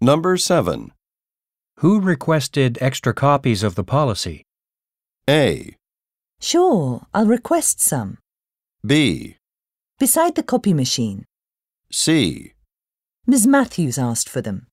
Number 7. Who requested extra copies of the policy? A. Sure, I'll request some. B. Beside the copy machine, C. Ms. Matthews asked for them.